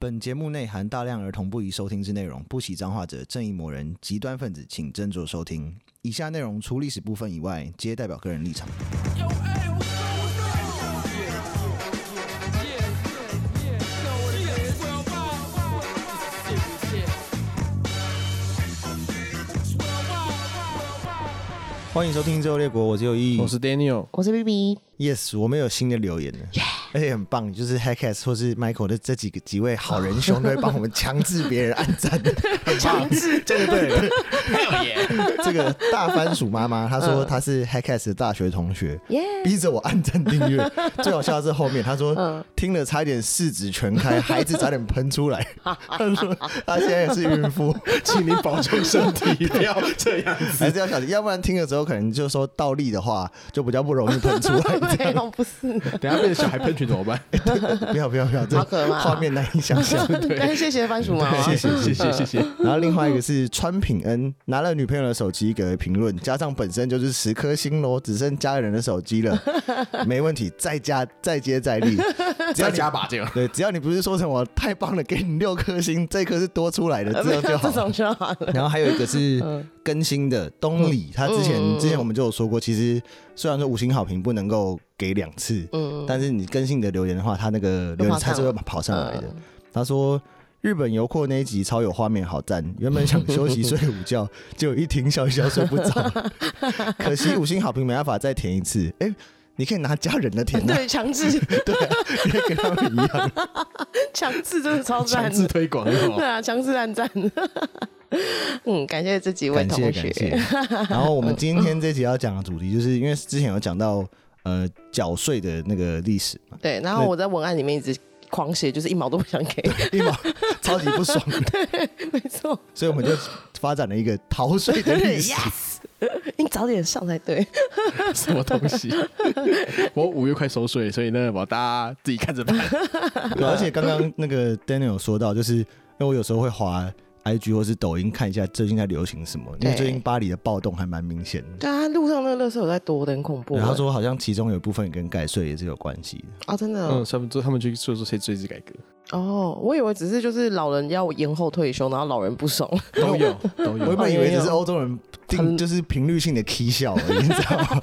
本节目内含大量儿童不宜收听之内容，不喜脏话者、正义魔人、极端分子，请斟酌收听。以下内容除历史部分以外，皆代表个人立场。欢迎收听《最后列国》，我只有一。我是 Daniel，我是 B B， Yes，我们有新的留言了而且很棒，就是 Hackass 或是 Michael 的这几个几位好人兄都会帮我们强制别人按 赞，强制，对对对。这个大番薯妈妈她说她嗯是 Hackass 的大学同学，耶、逼着我按赞订 阅。最好笑的是后面她嗯说听了差一点四指全开，孩子差点喷出 来。她说她现在也是孕妇， 请你保重身体，不要 这样子。还是要小心，要不然听了之后可能就说倒立的话就比较不容易喷出 来。没有不是，等下被小孩喷群怎么 办？不要不要不要，这好可怕画面难以想象。但是谢谢番薯啊妈妈，谢谢谢谢谢谢。然后另外一个是川品恩拿了女朋友的手机给了评论，加上本身就是十颗星咯，只剩家人的手机 了，没问题，再加再接再厉，只要你把劲，对，只要你不是说什么太棒了，给你六颗星，这颗是多出来的，呃这样就 这好。种就好了。然后还有一个是嗯更新的东里，他之前之前我们就有说过，其实虽然说五星好评不能够给两次，嗯，但是你更新你的留言的话，他那个留言就跑上嗯才来是会跑上来的。他说。日本游客那一集超有画面，好赞！原本想休息睡午觉，结果一听笑一笑睡不着， 可惜五星好评没办法再填一次。哎、你可以拿家人的填啊，对，强制对啊，因为跟他们一样。强制真的超赞强制的，推广哦 对啊，强制按赞。 嗯，感谢这几位感谢同感学。谢。然后我们今天这集要讲的主题，就是因为之前有讲到呃缴税的那个历史嘛，对，然后我在文案里面一直狂写，就是一毛都不想给，一 毛超级不爽的，没 错。所以我们就发展了一个逃税的历史。 yes，你早点上才对。什么东 西？我五月快收税，所以呢，我大家自己看着办。对，而且刚刚那个 Daniel 有说到，就是因为我有时候会滑 IG 或是抖音看一下最近在流行什么，因为对最近巴黎的暴动还蛮明显的。对啊，路上那个垃圾有在多的很恐怖。然后他说，好像其中有一部分跟盖税也是有关系的。啊，真的哦嗯，他们就他们去说说谁追制改革，哦，我以为只是就是老人要延后退休，然后老人不爽。都有都我原有。本以为只是哦欧洲人定就是频率性的 K 笑而已，你知道吗？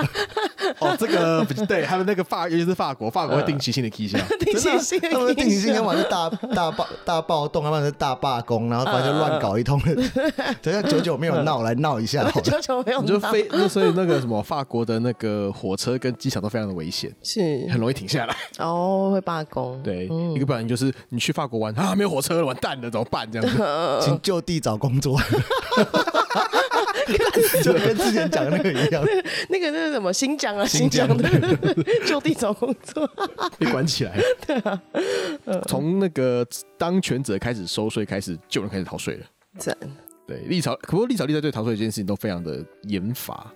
哦，这个不对，他们那个法，尤其是法国，法国会定期性的 K 下，定 真的啊期性的他们定期性要影响么是 大大暴大暴动，要么是大罢工，然后反正就乱搞一通嗯了。 等下久久没有闹，来闹一下好 了。球球没有你就拿飞，那所以那个什么法国的那个火车跟机场都非常的危险，是很容易停下来。哦，会罢工。对，一个不然就是你去法国玩啊，没有火车了，完蛋了，怎么办？这样子，嗯请就地找工 作，就跟之前讲的那个一样。那个那个什么新疆啊，新新疆疆的 就地找工作。 被关起来。嗯对啊，从那个当权者开始收税开始，就有人开始逃税了。赞对，历朝可不过历朝历代对逃税这件事情都非常的严罚，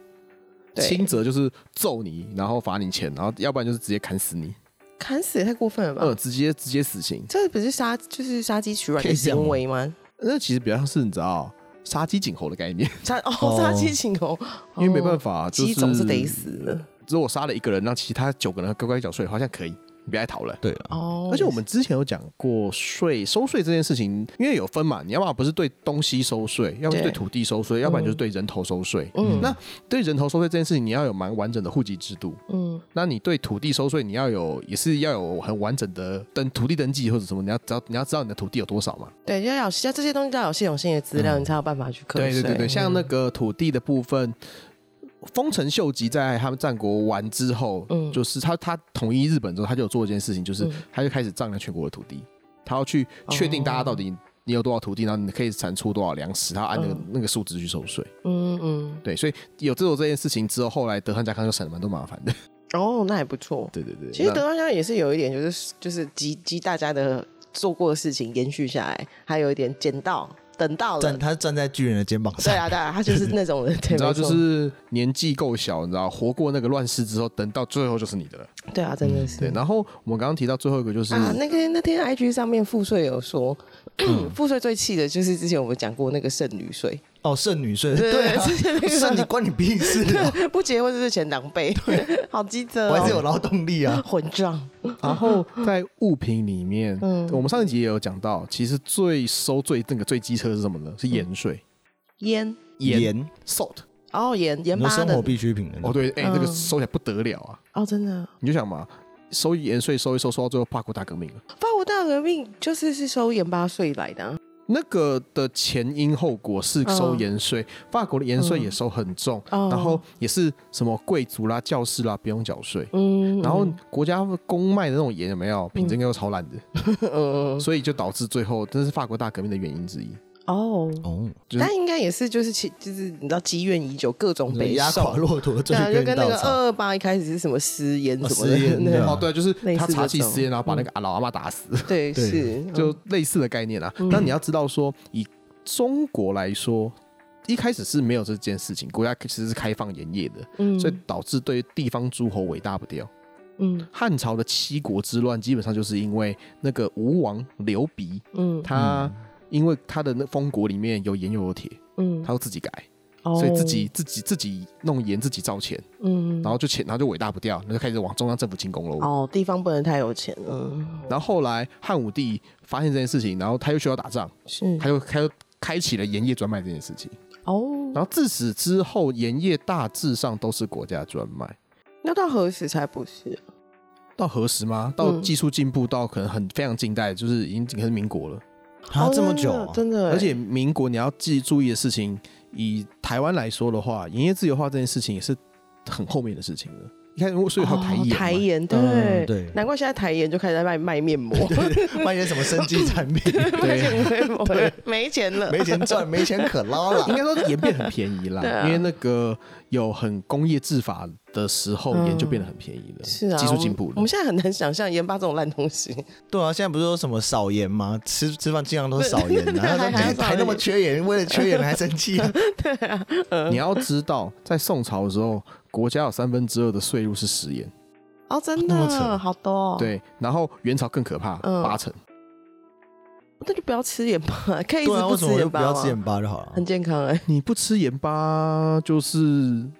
对轻则就是揍你，然后罚你钱，然后要不然就是直接砍死你，砍死也太过分了吧？呃，直接直接死刑。这不是杀就是杀鸡取卵可的以这样吗行为吗？那其实比较像是你知道杀鸡儆猴的概念，杀哦哦，杀鸡儆猴，因为没办法，法，就鸡是总是得死的。如果杀了一个人，让其他九个人乖乖缴税，好像可以，你别再逃了。对了，哦，而且我们之前有讲过税收税这件事情，因为有分嘛，你要么不是对东西收税，要么是对对土地收税，要不然就是对人头收税。嗯那对人头收税这件事情，你要有蛮完整的户籍制度。嗯那你对土地收税，你要有也是要有很完整的登土地登记或者什么，你要知道你要知道你的土地有多少嘛。对，要有这些东西都要有系统性的资料，你才有办法去嗯课对税。对对对，像嗯那个土地的部分，丰臣秀吉在他们战国完之后，嗯就是他他统一日本之后，他就有做一件事情，就是嗯哦他就开始丈量全国的土地，他要去确定大家到底你有多少土地，然后你可以产出多少粮食，他按那个、嗯那个数值去收税。嗯嗯，对，所以有做这件事情之后，后来德汉家康就省了蛮多麻烦的。 哦，那也不错。对对对，其实那德。高家也是有一点，就是就是集集大家的做过的事情延续下来，还有一点捡到等到 了站，他站在巨人的肩膀 对上，啊对啊，他就是那种人，对，你知道，没错就是年纪够小，你知道，活过那个乱世之后，等到最后就是你的了。对啊，真的是啊对，然后我们刚刚提到最后一个就是啊，那个那天 IG 上面付税有说， 赋税最气的就是之前我们讲过那个剩女税，哦，剩女税，对对啊之前那，个剩你关你屁事啊！ 不结婚就是钱狼狈，好鸡贼我还是有哦，劳动力啊。混账。然后啊 在物品里面，嗯我们上一集也有讲到，其实最收最那个最机车是什么呢？是嗯盐税，烟，盐 salt。哦盐盐很多巴生的活，必需品的哦，对，哎，嗯这个收起来不得了啊！哦真的，你就想嘛，收盐税收一收，收到最后法国大革命了。法国大革命就是是收盐巴税来的啊，那个的前因后果是收嗯盐税，法国的盐税也嗯收很重，哦然后也是什么贵族啦、教士啦不用缴税，嗯，然后国家公卖的那种盐有没有品质应该都超烂的， 嗯嗯嗯所以就导致最后这是法国大革命的原因之一。哦。哦，就是但应该也是，就是其就是你知道积怨已久，各种就是北压宋垮骆驼对最啊，就后一跟根那稻个草。二二八一开始是什么私烟什么啊私 烟的，对啊哦，对，就是类似他查这起种嗯私烟，然后把那个老阿妈打死， 对，对是就类似的概念啊。嗯但你要知道说，以中国来说，一开始是没有这件事情，国家其实是开放盐业的，嗯所以导致对地方诸侯伟大不掉。嗯汉朝的七国之乱基本上就是因为那个吴王刘鼻，嗯他因为他的那封国里面有盐又有铁，嗯他，都自己改，哦所以自己自己自己弄盐自己造钱，嗯然后就钱，然后就伟大不掉，那就开始往中央政府进攻喽。哦，地方不能太有钱了，然后后来汉武帝发现这件事情，然后他又需要打仗，是他就开开启了盐业专卖这件事情。嗯哦，然后自此之后，盐业大致上都是国家专卖。那到何时才不是？到何时吗？到嗯技术进步到可能很非常近代，就是已经可能是民国了。啊，哦这么久啊，真的，欸而且民国你要记注意的事情，以台湾来说的话，营业自由化这件事情也是很后面的事情了。你看，所以还有台哦盐嘛、台盐对嗯对难怪现在台盐就开始在卖卖面膜，卖些什么生哦计产 品，卖面膜没钱了，没钱赚，没钱可捞 应了。该说盐变很便宜啦，对啊因为那个有很工业制法的时候，嗯盐就变得很便宜了，是啊，技术进步我了们我。们现在很难想象盐巴这种烂东西，对啊，现在不是说什么少盐吗？吃吃饭尽量都是少盐啊，然后还还要说少还那么盐缺盐，为了缺盐还生气啊？你要知道，在宋朝的时候，国家有三分之二的税入是食盐，哦，真啊那么扯的好多、哦，，对。然后元朝更可怕，嗯八成。那就不要吃盐巴， 可以一直对啊，为不什吃么我就盐不巴要吗吃盐巴就好啊了很？健康哎、你不吃盐巴，就是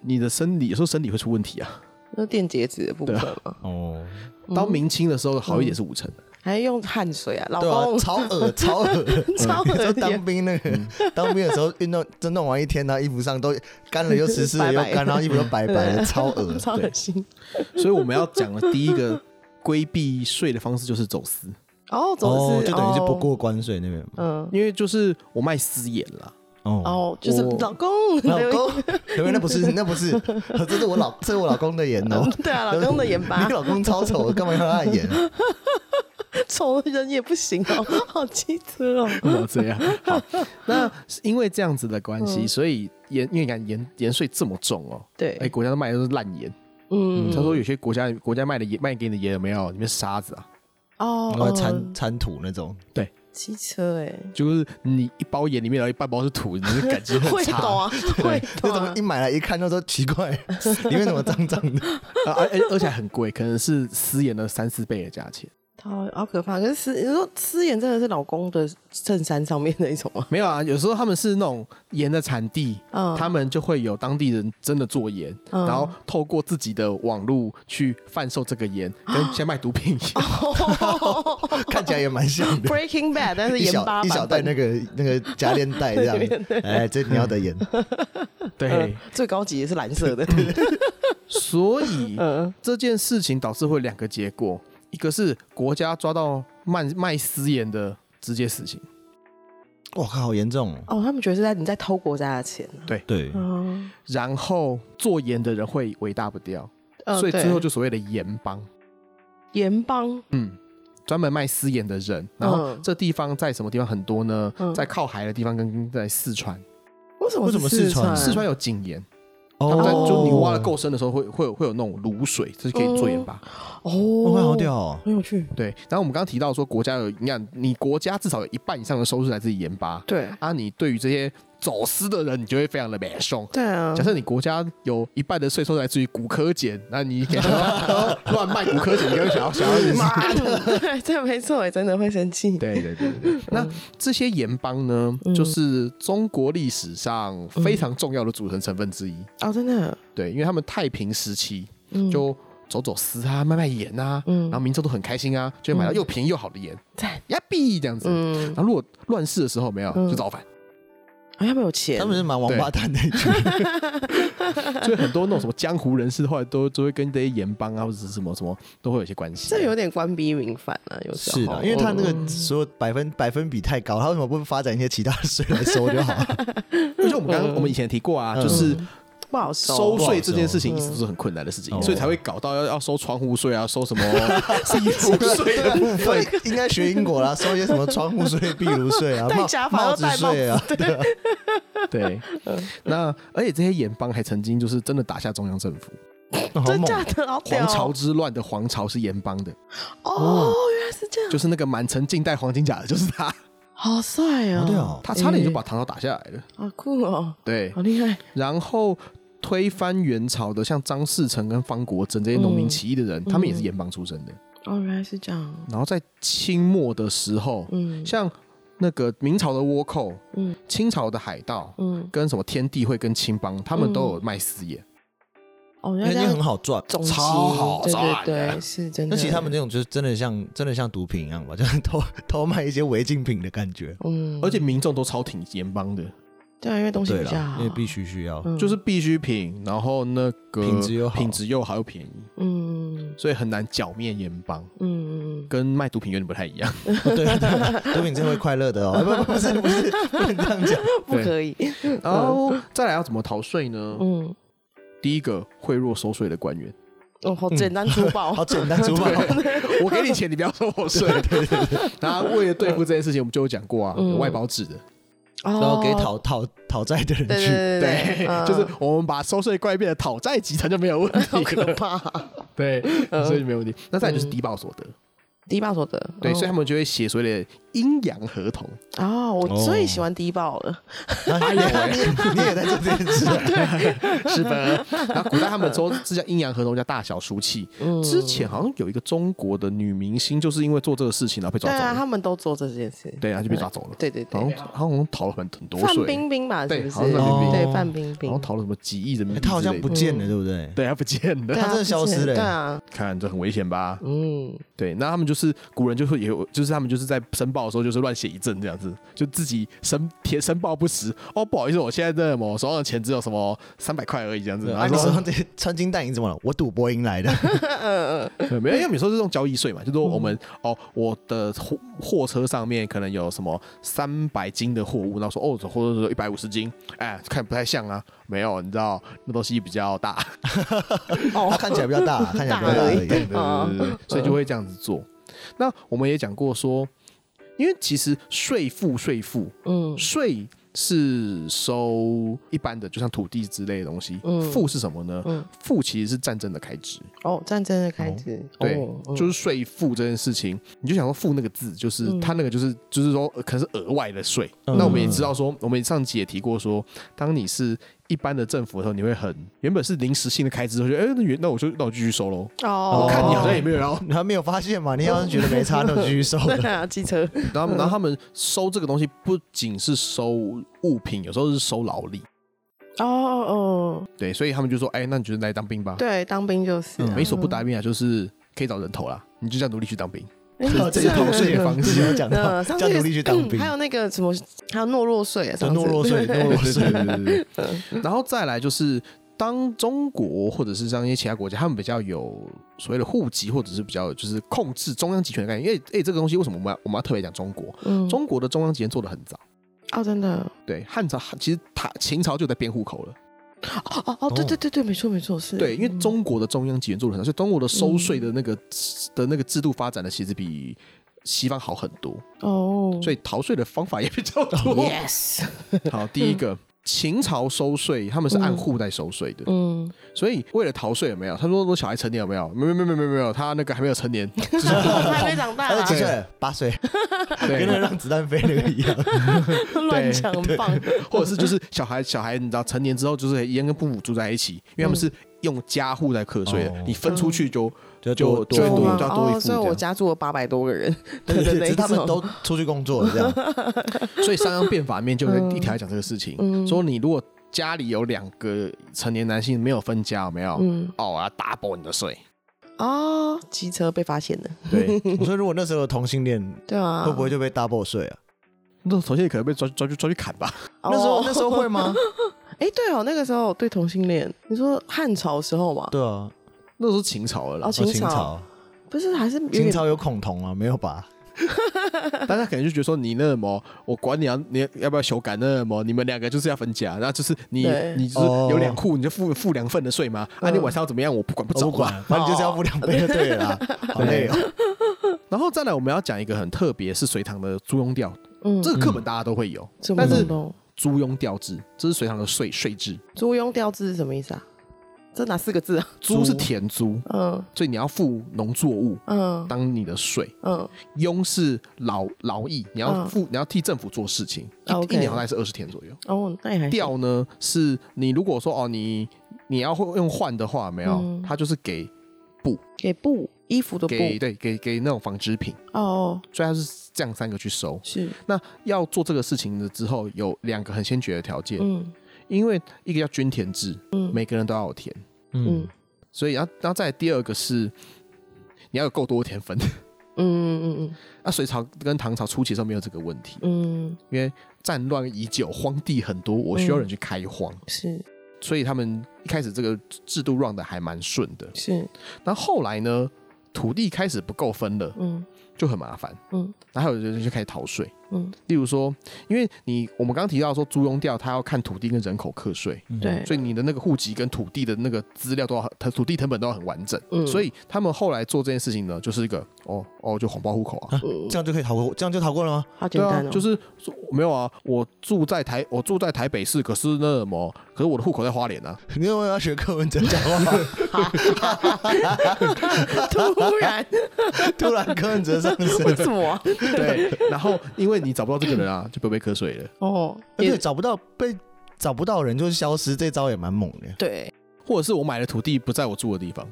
你的生理有时候身体会出问题啊。那电解质的部分嘛，哦，嗯到明清的时候好一点是五成，还用汗水啊，老对啊，公、超恶，超恶。 嗯超你说恶当心，兵那个，嗯当兵的时候运动，就弄完一天，然后衣服上都干了又湿湿的又白白干，然后衣服都白白的， 超恶。 超恶心。嗯 所以我们要讲的第一个规避税的方式就是走私，哦，总哦之就等于是不哦过关税那边嘛。嗯，因为就是我卖私盐啦，哦，哦，就是我老公，老公，因为那不是那不是， 这是我老这是我老公的盐哦。 对啊， 老公的盐巴你老公超丑，干嘛要他的盐？丑人也不行哦， 好机车哦。干嘛这样？ 好，那是因为这样子的关系，所以盐，因为你看盐盐税这么重哦、嗯对哎、，国家都卖的都是烂盐。嗯，他说有些国家国家卖的盐卖给你的盐有没有里面是沙子啊？哦然，后 哦铲铲土那种，机车 哎，就是你一包盐里面有一半包是土，你的感知很 会差。懂啊，会那懂种啊一，买来一看就说奇怪， 里面怎么脏脏 的？啊而而而且还很贵，可能是私盐的三四倍的价钱。好好可怕。可是私，你说私盐真的是老公的衬衫上面那一种吗？没有啊，有时候他们是那种盐的产地，嗯他们就会有当地人真的做盐，嗯然后透过自己的网络去贩售这个盐，啊跟先卖毒品一 样。 看起来也蛮像的。嗯 Breaking Bad，但是一盐巴小一小袋那个个那个夹链袋这样的，哎，这你要的盐，对，嗯最高级也是蓝色的， 所以嗯这件事情导致会有两个结果，一个是国家抓到卖卖私盐的直接死刑，哇靠，好严重哦！哦，他们觉得是在你在偷国家的钱啊对，哦，然后做盐的人会伟大不掉，呃所以对最后就所谓的盐帮。盐帮嗯，专门卖私盐的人。然后嗯这地方在什么地方很多呢？嗯在靠海的地方跟在四川，为什么为什是么四川四川有井盐，哦他们在就你挖的够。够深的时候会会有会有那种卤水，这是可以做盐巴。我看哦，好屌哦！很有趣，对，然后我们刚刚提到说国家有，你看你国家至少有一半以上的收入来自于盐巴对，啊，你对于这些走私的人，你就会非常的美送。对啊假，设你国家有一半的税收来自于骨科碱，那你给 他乱卖骨科碱，你就会想要想要妈的，对，没错，真的会生气。对对对嗯对，对那这些盐帮呢，就是中国历史上非常重要的组成成分之一。哦，真的，对，因为他们太平时期嗯就走走私啊，卖卖盐啊，嗯然后民众都很开心啊，就会买到又便宜又好的盐，赞，呀币这样子。嗯哎然，后如果乱世的时候有没有，嗯就造反，好像没有钱，他们是蛮王八蛋的， 所以很多那种什么江湖人士，后来都都会跟这些盐帮啊或者是什么什么，都会有一些关系。这有点官逼民反啊，有时候是的，因为他那个所有百分百分比太高，他为什么不发展一些其他的税来收 就好？而且我们刚刚我们以前提过啊，就是嗯不好收嗯收，哦税这件事情一直都是很困难的事情，嗯所以才会搞到要要收窗户税啊，收 什么地租税的部分。 对，应该学英国啦，收一些什么窗户税、壁炉税 啊、戴帽假发帽要子戴帽税 啊，对啊， 对，嗯那而且这些盐帮还曾经就是真的打下中央政府， 好真猛啊假的好屌黄朝之乱的皇朝是盐帮的，哦，嗯原来是这样，就是那个满城尽带黄金甲的，就是他，哦好帅哦对哦，哦他差点就把唐朝打下来了。好酷哦，对好，厉害，然后推翻元朝的，像张士诚跟方国珍这些农嗯民起义的人，他们也是盐帮出身的。哦，原来是这样，然后在清末的时候，嗯像那个明朝的倭寇，嗯清朝的海盗，嗯，跟什么天地会跟青帮，他们都有卖私盐。哦，原那来一这定很样好赚。总结超好对赚对的对，是真的。那其实他们那种就是真的像真的像毒品一样吧， 就是偷偷卖一些违禁品的感觉。嗯，而且民众都超挺盐帮的，对啊，因为东西对比较啦，好，因为必须需要。嗯就是必需品，然后那个品质又好品质又好又便宜，嗯所以很难剿灭盐帮，嗯嗯嗯，跟卖毒品有点不太一样。对啊，对啊毒品真的会快乐的哦， 不不不是不是，不能这样讲。不可以，然后再来要怎么逃税呢？嗯，第一个贿赂收税的官员，哦，嗯好简单粗 暴，哦好简单粗暴，啊我给你钱，你不要收我税。对对对。 然后为了对付这件事情，我们就有讲过啊，嗯有外包制的，然然后给讨讨讨债的人哦对去。对对，嗯就是我们把收税怪变得讨债集团就没有问 好题可了。怕，嗯对，所以没有问题。那再来就是低报所得，低报所得，对，哦所以他们就会写所谓的阴阳合 同。哦，我最喜欢低报了，哎呀，你 你也在做这件事啊？是的。那古代他们说这叫阴阳合同，叫大小书契。嗯之前好像有一个中国的女明星，就是因为做这个事情然后被对抓走啊，了，他们都做这件事，对，然后就被抓走了。对对好对，像好像逃了很很多范税，冰冰吧，对是不是？好像范冰冰对，哦范冰然后冰，逃了什么几亿人民币之类的，他好像不见嗯了，对不对？对，他不见对了，欸啊他真的消失了对啊，看这很危险吧？嗯，对，那他们就是古人就会也有，就是他们就是在申报的时候就是乱写一阵这样子，就自己申填申报不实。哦，不好意思，我现在的某手上的钱只有什么三百块而已这样子。对然啊，后你嗯说说这穿金戴银怎么了？我赌博赢 来的，对没有，因为你说是这种交易税嘛，就是说我们、嗯哦，我的货货车上面可能有什么三百斤的货物，然后说哦，这货车一百五十斤，哎，看不太像啊，没有，你知道那东西比较大，他看起来比较大，看起来比较 大而已。对对对对，所以就会这样子做。那我们也讲过说，因为其实税负税负嗯税是收一般的，就像土地之类的东西嗯。负是什么呢嗯？负其实是战争的开支。哦，战争的开支，对哦，嗯就是税负这件事情，你就想说负那个字，就是嗯它那个就是就是说呃可能是额外的税。嗯那我们也知道说，我们上集也提过说，当你是一般的政府的时候，你会很原本是临时性的开支，就觉得哎，那原那我就那我继续收 喽。哦，我看你好像也没有哦要你还没有发现嘛？你要是觉得没差，那我就继续收了。 对啊，机车，然后，然后他们收这个东西不仅是收物品，有时候是收劳力。哦哦，对，所以他们就说：“哎，那你就来当兵吧，对，当兵就是啊嗯没所不达兵啊，就是可以找人头啦，你就这样努力去当兵。哎哦这是同事也方式有讲到，嗯，上叫次奴隶去当兵还，有那个什么，还有懦弱税啊，对上次懦弱 税，懦弱税。对对对对。然后再来就是，当中国或者是像一些其他国家，他们比较有所谓的户籍，或者是比较就是控制中央集权的概念。因为，哎，这个东西为什么我们要我们要特别讲中国？嗯，中国的中央集权做的很早。哦，真的，对，汉朝其实他秦朝就在编户口了。哦哦哦，对对对对，没错没错，是对，因为中国的中央集权做的很好，所以中国的收税的那个、的那个制度发展的其实比西方好很多，哦，所以逃税的方法也比较多。 yes，好，第一个秦朝收税，他们是按户在收税的，嗯，所以为了逃税有没有？他说说小孩成年有没有？没有没有没有没有没有，他那个还没有成年，就是他嗯还没长大他 啊是，几岁了？八岁，跟那对，个让子弹飞那个一样。乱讲很棒。或者是就是小孩小孩，你知道成年之后就是一样跟父母住在一起，因为他们是用家户在课税的哦，你分出去就就多就最多多吗就要多一户哦，这所以我样。家住了八百多 个人，对对只对，是他们那种都出去工作了，这样所以商鞅变法里面就有一条讲这个事情，嗯说你如果家里有两个成年男性没有分家，有没有？嗯哦，我要 double 你的税。哦，机车被发现了，对，我说如果那时候有同性恋，对啊，会不会就被 double 税啊？那头先可能被抓抓去抓去砍吧？那时候哦那时候 会吗？哎，对哦，那个时候对同性恋，你说汉朝时候嘛，对啊，那时候秦朝了啦哦，，哦秦朝朝不是还是有秦点朝有孔同啊，没有吧？ 但他可能就觉得说你那什么，我管你要你要不要修改那什么，你们两个就是要分家，然后就是你对你就是哦有两户你就付付两份的税嘛，啊，嗯你晚上要怎么样我不管不啊我着不哦管。管，反正就是要付两倍就对了啦。好累哦，然后再来我们要讲一个很特别，是隋唐的租庸调，嗯这个课本大家都会有，什么但是东东租庸调制这是隋唐的税税制，租庸调制是什么意思啊？这哪四个字啊？租是田租，嗯所以你要付农作物嗯当你的税，嗯，庸是劳劳役，你要嗯付你要替政府做事情，一啊 OK 一年大概是二十天左右。哦，那也还行调呢是你如果说哦你你要会用换的话，有没有嗯，它就是给给布衣服的布给对给给那种纺织品，哦哦所以它是这样三个去收。是那要做这个事情的之后，有两个很先决的条件，嗯因为一个叫均田制，嗯每个人都要有田，嗯嗯，所以然后然后再来第二个是你要有够多田 分。嗯嗯那隋朝跟唐朝初期的时候没有这个问题嗯，嗯因为战乱已久，荒地很多，我需要人去开荒，是所以他们一开始这个制度 run 的还蛮顺的。是那后来呢，土地开始不够分了，嗯就很麻烦。嗯然后有人就开始逃税，嗯例如说，因为你我们刚刚提到说租庸调，他要看土地跟人口课税，对所以你的那个户籍跟土地的那个资料都要很，它土地成本都要很完整。嗯所以他们后来做这件事情呢，就是一个哦哦，就谎报户口啊，嗯这样就可以逃过，这样就逃过了吗？好简对啊单哦，就是说没有啊，我住在台，我住在台北市，可是那什么，可是我的户口在花莲 啊，你有没有要学柯文哲讲话？ 突然突然柯文哲上为身，什么啊对，然后因为你找不到这个人啊，就不会被课税了， 哦而且也找不到被找不到人就是消失，这招也蛮猛的。对或者是我买的土地不在我住的地方，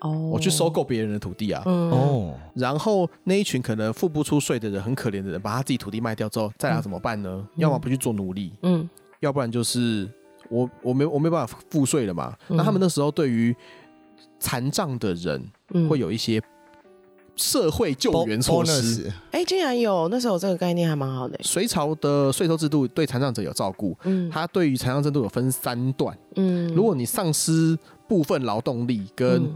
哦我去收购别人的土地啊，嗯哦，然后那一群可能付不出税的人，很可怜的人，把他自己土地卖掉之后，再拿怎么办呢？要么不去做奴隶，嗯要不然就是我我没我没办法付税了嘛。嗯那他们那时候对于残障的人嗯会有一些社会救援措施。嗯 Bonus 哎竟然有那时候这个概念还蛮好的隋朝的税收制度对残障者有照顾，嗯它对于残障制度有分三段。嗯如果你丧失部分劳动力，跟嗯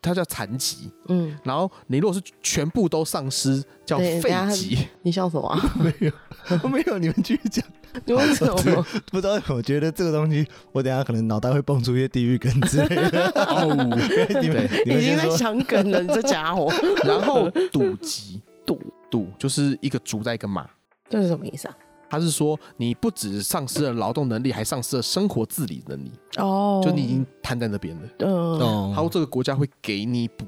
它叫残疾，嗯然后你如果是全部都丧失，叫对废等下疾。你笑什么啊 没有， 你们继续讲。你为什么不知道，我觉得这个东西，我等一下可能脑袋会蹦出一些地狱梗之类的。哦你们 你已们经先在说，想梗了你这 家伙 然后赌集，赌赌就是一个竹在一个马。这是什么意思啊他是说，你不止丧失了劳动能力，还丧失了生活自理能力，哦就你已经瘫在那边了。嗯哦他说这个国家会给你补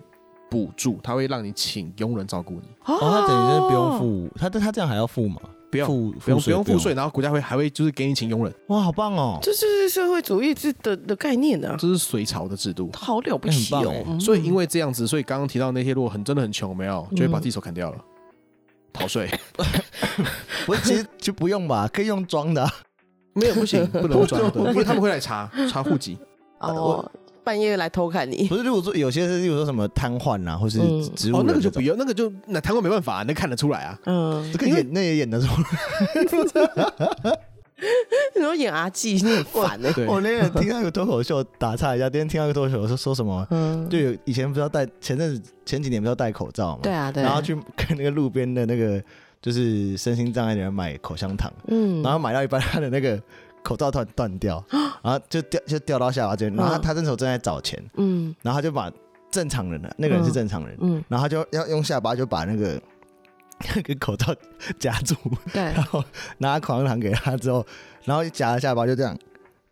补助，他会让你请佣人照顾你，哦哦，他等于是不用付，他他这样还要付吗？不用付不用不税用付税，，然后国家会还会就是给你请佣人，哇，好棒哦！这就是社会主义制的的概念啊，这是隋朝的制度。好了不起很棒哦哎！嗯所以因为这样子，所以刚刚提到那些如果很真的很穷，有没有就会把嗯自己手砍掉了，逃税我其实就不用吧，可以用装的啊。没有不行， 不能转的，因为他们会来查查户籍。哦，半夜来偷看你，不是，如果说有些是，例如说什么瘫痪啊，或是嗯植物 哦，那人这个就不种用，那个就那台湾没办法，那看得出来啊。嗯，这个演那也演得出来。然后演阿纪，你很烦 哎，对，我哦那天听到一个脱口秀，打岔 一下，今天听到一个脱口秀说说什么？嗯，就有以前不是要戴，前阵子前几年不是要戴口罩嘛？对啊，对，然后，去跟那个路边的那个就是身心障碍的人买口香糖，嗯，然后买到一半，他的那个口罩突然断 掉，然后就掉就掉到下巴这边，然后他嗯他那时候正在找钱，嗯啊然后他就把正常人的那个人是正常人，嗯然后他就要用下巴就把那个 那个口罩夹住，对然后拿口香糖给他之后，然后夹了下巴就这样。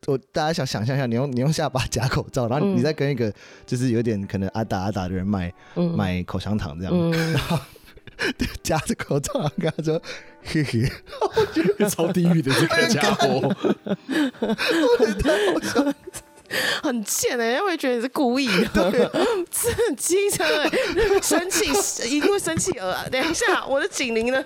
我大家想想象一下，你用你用下巴夹口罩，然后嗯你再跟一个就是有点可能阿达阿达的人买、 嗯买口香糖这样，然后 夹着口罩然后跟他说：“嘿嘿， 超地狱的这个家伙， 很贱哎、欸，会觉得你是故意的， 这很机车哎，生气是因为生气而啊等一下，我的警铃呢？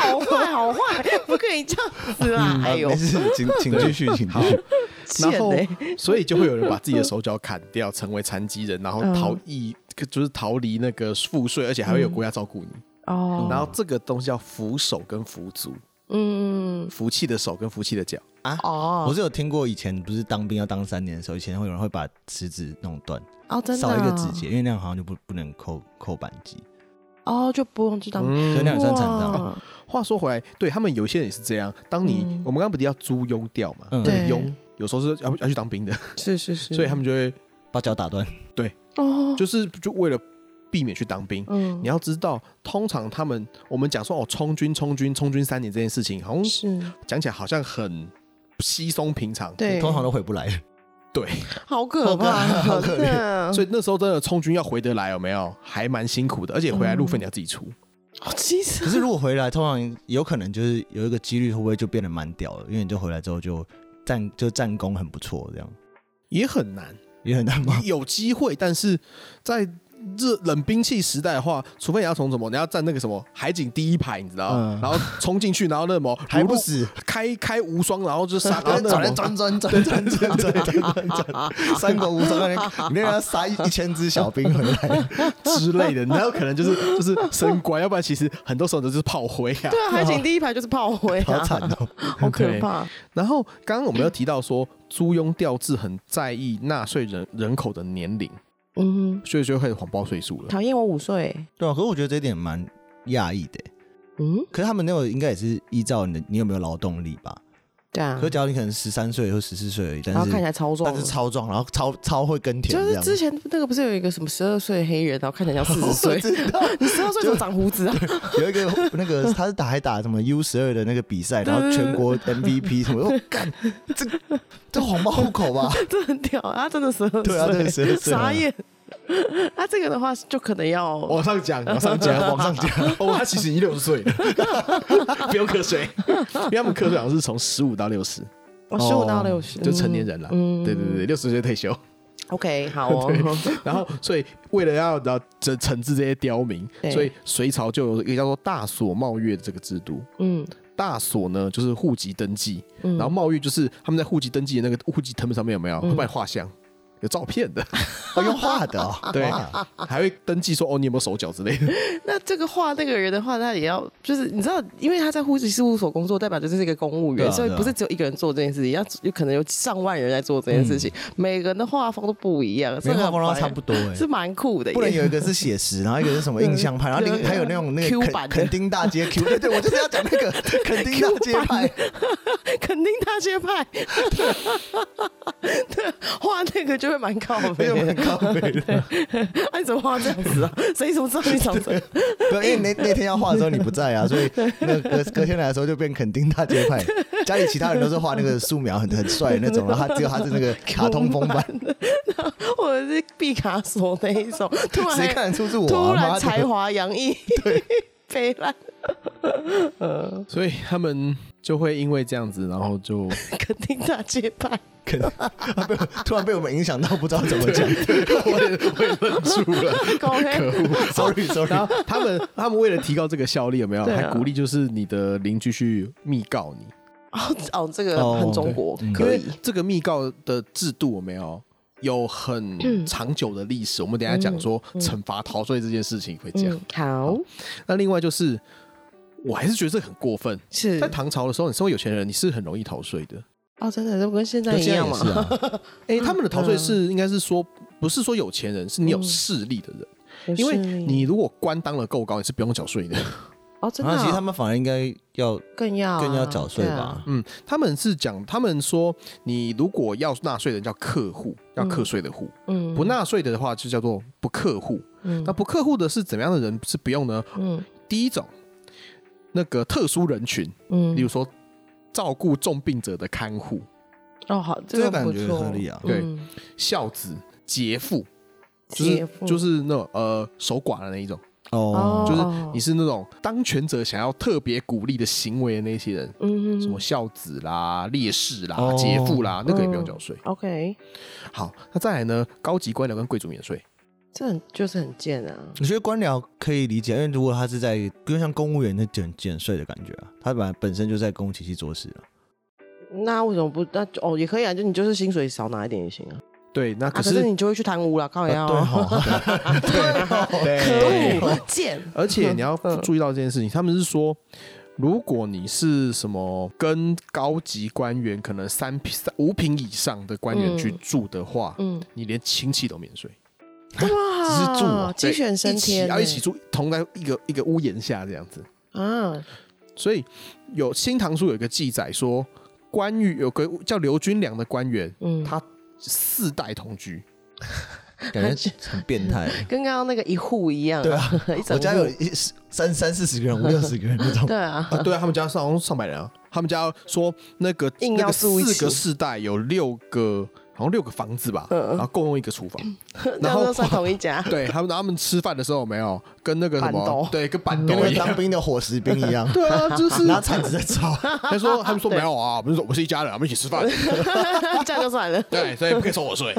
好坏好坏，不可以这样子啊！ 哎呦嗯没，事，请请继 续，请继续。贱啊然后哎、所以就会有人把自己的手脚砍掉，成为残疾人，然后嗯逃逸，就是逃离那个赋税，而且还会有国家照顾你。哦，然后这个东西叫扶手跟扶足，嗯，扶气的手跟扶气的脚。我哦，是有听过，以前不是当兵要当三年的时候，以前会有人会把食指弄断，哦，真的、少一个指节，因为那样好像就不不能扣扣扳机，哦，就不用知嗯道。所以那样也算残障。哇，话说回来，对他们有些人也是这样。当你、我们刚刚不是要租庸调嘛？嗯嗯对庸有时候是要要去当兵的，是是是，所以他们就会把脚打断。哦，就是就为了避免去当兵。嗯你要知道，通常他们我们讲说哦，充军、充军、充军三年这件事情，好像是讲起来好像很稀松平常。对，通常都回不来。对，好可怕，好可真的所以那时候真的充军要回得来，有没有？还蛮辛苦的，而且回来嗯路费你要自己出。好机车可是如果回来，通常有可能就是有一个几率，会不会就变得蛮屌的？因为你就回来之后就战就战功很不错，这样也很难，也很难吗？有机会，但是在热冷兵器时代的话，除非你要从什么，你要站那个什么海景第一排，你知道，嗯然后冲进去，然后那什么还如不入死，开开无双，然后 就杀到转那转种转转转转转转转，三国无双， 你那要杀一一千只小兵回来，之类的，哪有可能就是 就是升官？要不然其实很多时候都是炮灰啊。对啊，海景第一排就是炮灰 好啊，惨哦！好可怕。然后刚刚我们又提到说，租庸调制很在意纳税人人口的年龄，嗯，所以就开始谎报岁数了。讨厌我五岁。对啊，可是我觉得这一点蛮讶异的欸。嗯，可是他们那个应该也是依照你的你有没有劳动力吧？对啊可是，假如你可能十三岁或十四岁而已，然但后看起是来超壮但是。超壮，然后超超会耕田就这是样，之前那个不是有一个什么十二岁的黑人，然后看起来像四十 我岁，知道 你十二岁怎么长胡子啊？ 有一个那个他是打还打什么 U 十二的那个比赛，然后全国 MVP 什么，我干这这谎报户口 吧？ 这很屌，他真的十二岁，对啊真的12岁啊 傻眼。他这个的话就可能 要往上 讲，往上讲，往上讲。 哦，他其实已经六 岁了，不用瞌睡，因为他们瞌睡好像是从十五到六十，我哦十五到六十，就成年人了。对对对，六十岁退休。嗯。OK，好哦，然后，所以为了要要惩惩治这些刁民，对所以隋朝就有一个叫做大索茂月的这个制度。嗯大所呢，就是户籍登记，然后茂月就是他们在户籍登记的那个户籍成本上面有没嗯有会帮你画像，有照片 的，哦，用画的哦，对哇，还会登记说哦你有没有手脚之类的，那这个画那个人的话，他也要就是你知道，因为他在户籍事务所工作，代表就是一个公务员，对啊所以不是只有一个人做这件事情，要有可能有上万人来做这件事情，每个人的画风都不一嗯样，每这个个画风都很白差不多哎。是蛮酷的耶，不能有一个是写实，然后一个是什么印象派，然后另还有那种那 Q 个版肯的肯丁大街 Q，对对， 我就是要讲那个肯丁大街派，肯定大街派， 对，画那个就会蛮靠没背有的很。高美哎 的。啊，你怎么画这样子啊？谁怎么知道你长这样？对，因为那那天要画的时候你不在 啊，所以那隔隔天来的时候就变肯丁大街派。家里其他人都是画那个素描很很帅的那种，然后他只有他是 那个卡通风版，或者是毕卡索那一种，突然谁看得出是我、啊？突妈然的才华洋溢， 对，糜烂嗯所以他们就会因为这样子，然后 就肯定大街派。可能他被突然被我们影响到，不知道怎么讲。我也我也愣住了，狗黑 可恶。 sorry sorry，然后他们他们为了提高这个效率有没有，哦对啊还鼓励就是你的邻居去密告你，哦哦，这个很中国，对嗯可因以为。这个密告的制度有没有？有很嗯长久的历史，我们等一下讲说惩罚逃税这件事情会讲。嗯，好，那另外就是，我还是觉得这个很过分。是在唐朝的时候，你身为有钱人，你是很容易逃税的。哦，真的，这不跟现在对一现在样也嘛是？啊，哎、他们的逃税是应该是说，不是说有钱人，是你有势力的人。有因为势力你如果官当了够高，你是不用缴 税的。哦，真的然啊，后其实他们反而应该要更要啊更要缴税？对吧啊？嗯，他们是讲，他们说，你如果要纳税的人叫客户，要课税的户；嗯，不纳税的话就叫做不客户。嗯那不客户的是怎么样的人？是不用呢？嗯第一种，那个特殊人群，嗯例如说照顾重病者的看护、哦，好，这个个感不觉错合理啊对嗯孝子、节妇，就姐是夫就是那种呃守寡的那一种，哦，就是哦你是那种当权者想要特别鼓励的行为的那些人，嗯什么孝子啦、烈士啦、哦节妇啦，那个嗯也不用缴税。 OK，好，那再来呢，高级官僚跟贵族免税。这很就是很贱啊，我觉得官僚可以理解，因为如果他是在，比如像公务员那减减税的感觉啊，他本来本身就在公务体系做事了。那为什么不？那就哦也可以啊，就你就是薪水少拿一点也行啊，对，那啊可可是是你就会去贪污了，靠腰对啊，哈，对可恶贱，而且你要嗯注意到这件事情，他们是说，如果你是什么跟高级官员，可能三品、三五品以上的官员嗯去住的话，嗯，你连亲戚都免税，哇，只是住啊鸡犬升对一天起欸，要一起住，同在一个一个屋檐下这样子。啊，所以有《新唐书》有一个记载说，关羽有个叫刘军良的官员，嗯，他四代同居，感觉很变态。跟刚刚那个一户一样，对啊， 一整我家有户一三三四十个人，五六十个人那种。对啊，啊，对啊，他们家上好像上百人啊。他们家说那个硬那要个住一起嗯四个世代有六个，好像六个房子吧，然后共用一个厨房。那然样后，都 算同一家 对他们，他们吃饭的时候有没有跟那个什板豆么，对，跟板跟豆那一个样。当兵的伙食兵一样，对啊，就是拿铲子在炒。他说他们说没有啊，我们是我们是一家人，我们一起吃 饭。这样就算了。对，所以不可以收我税，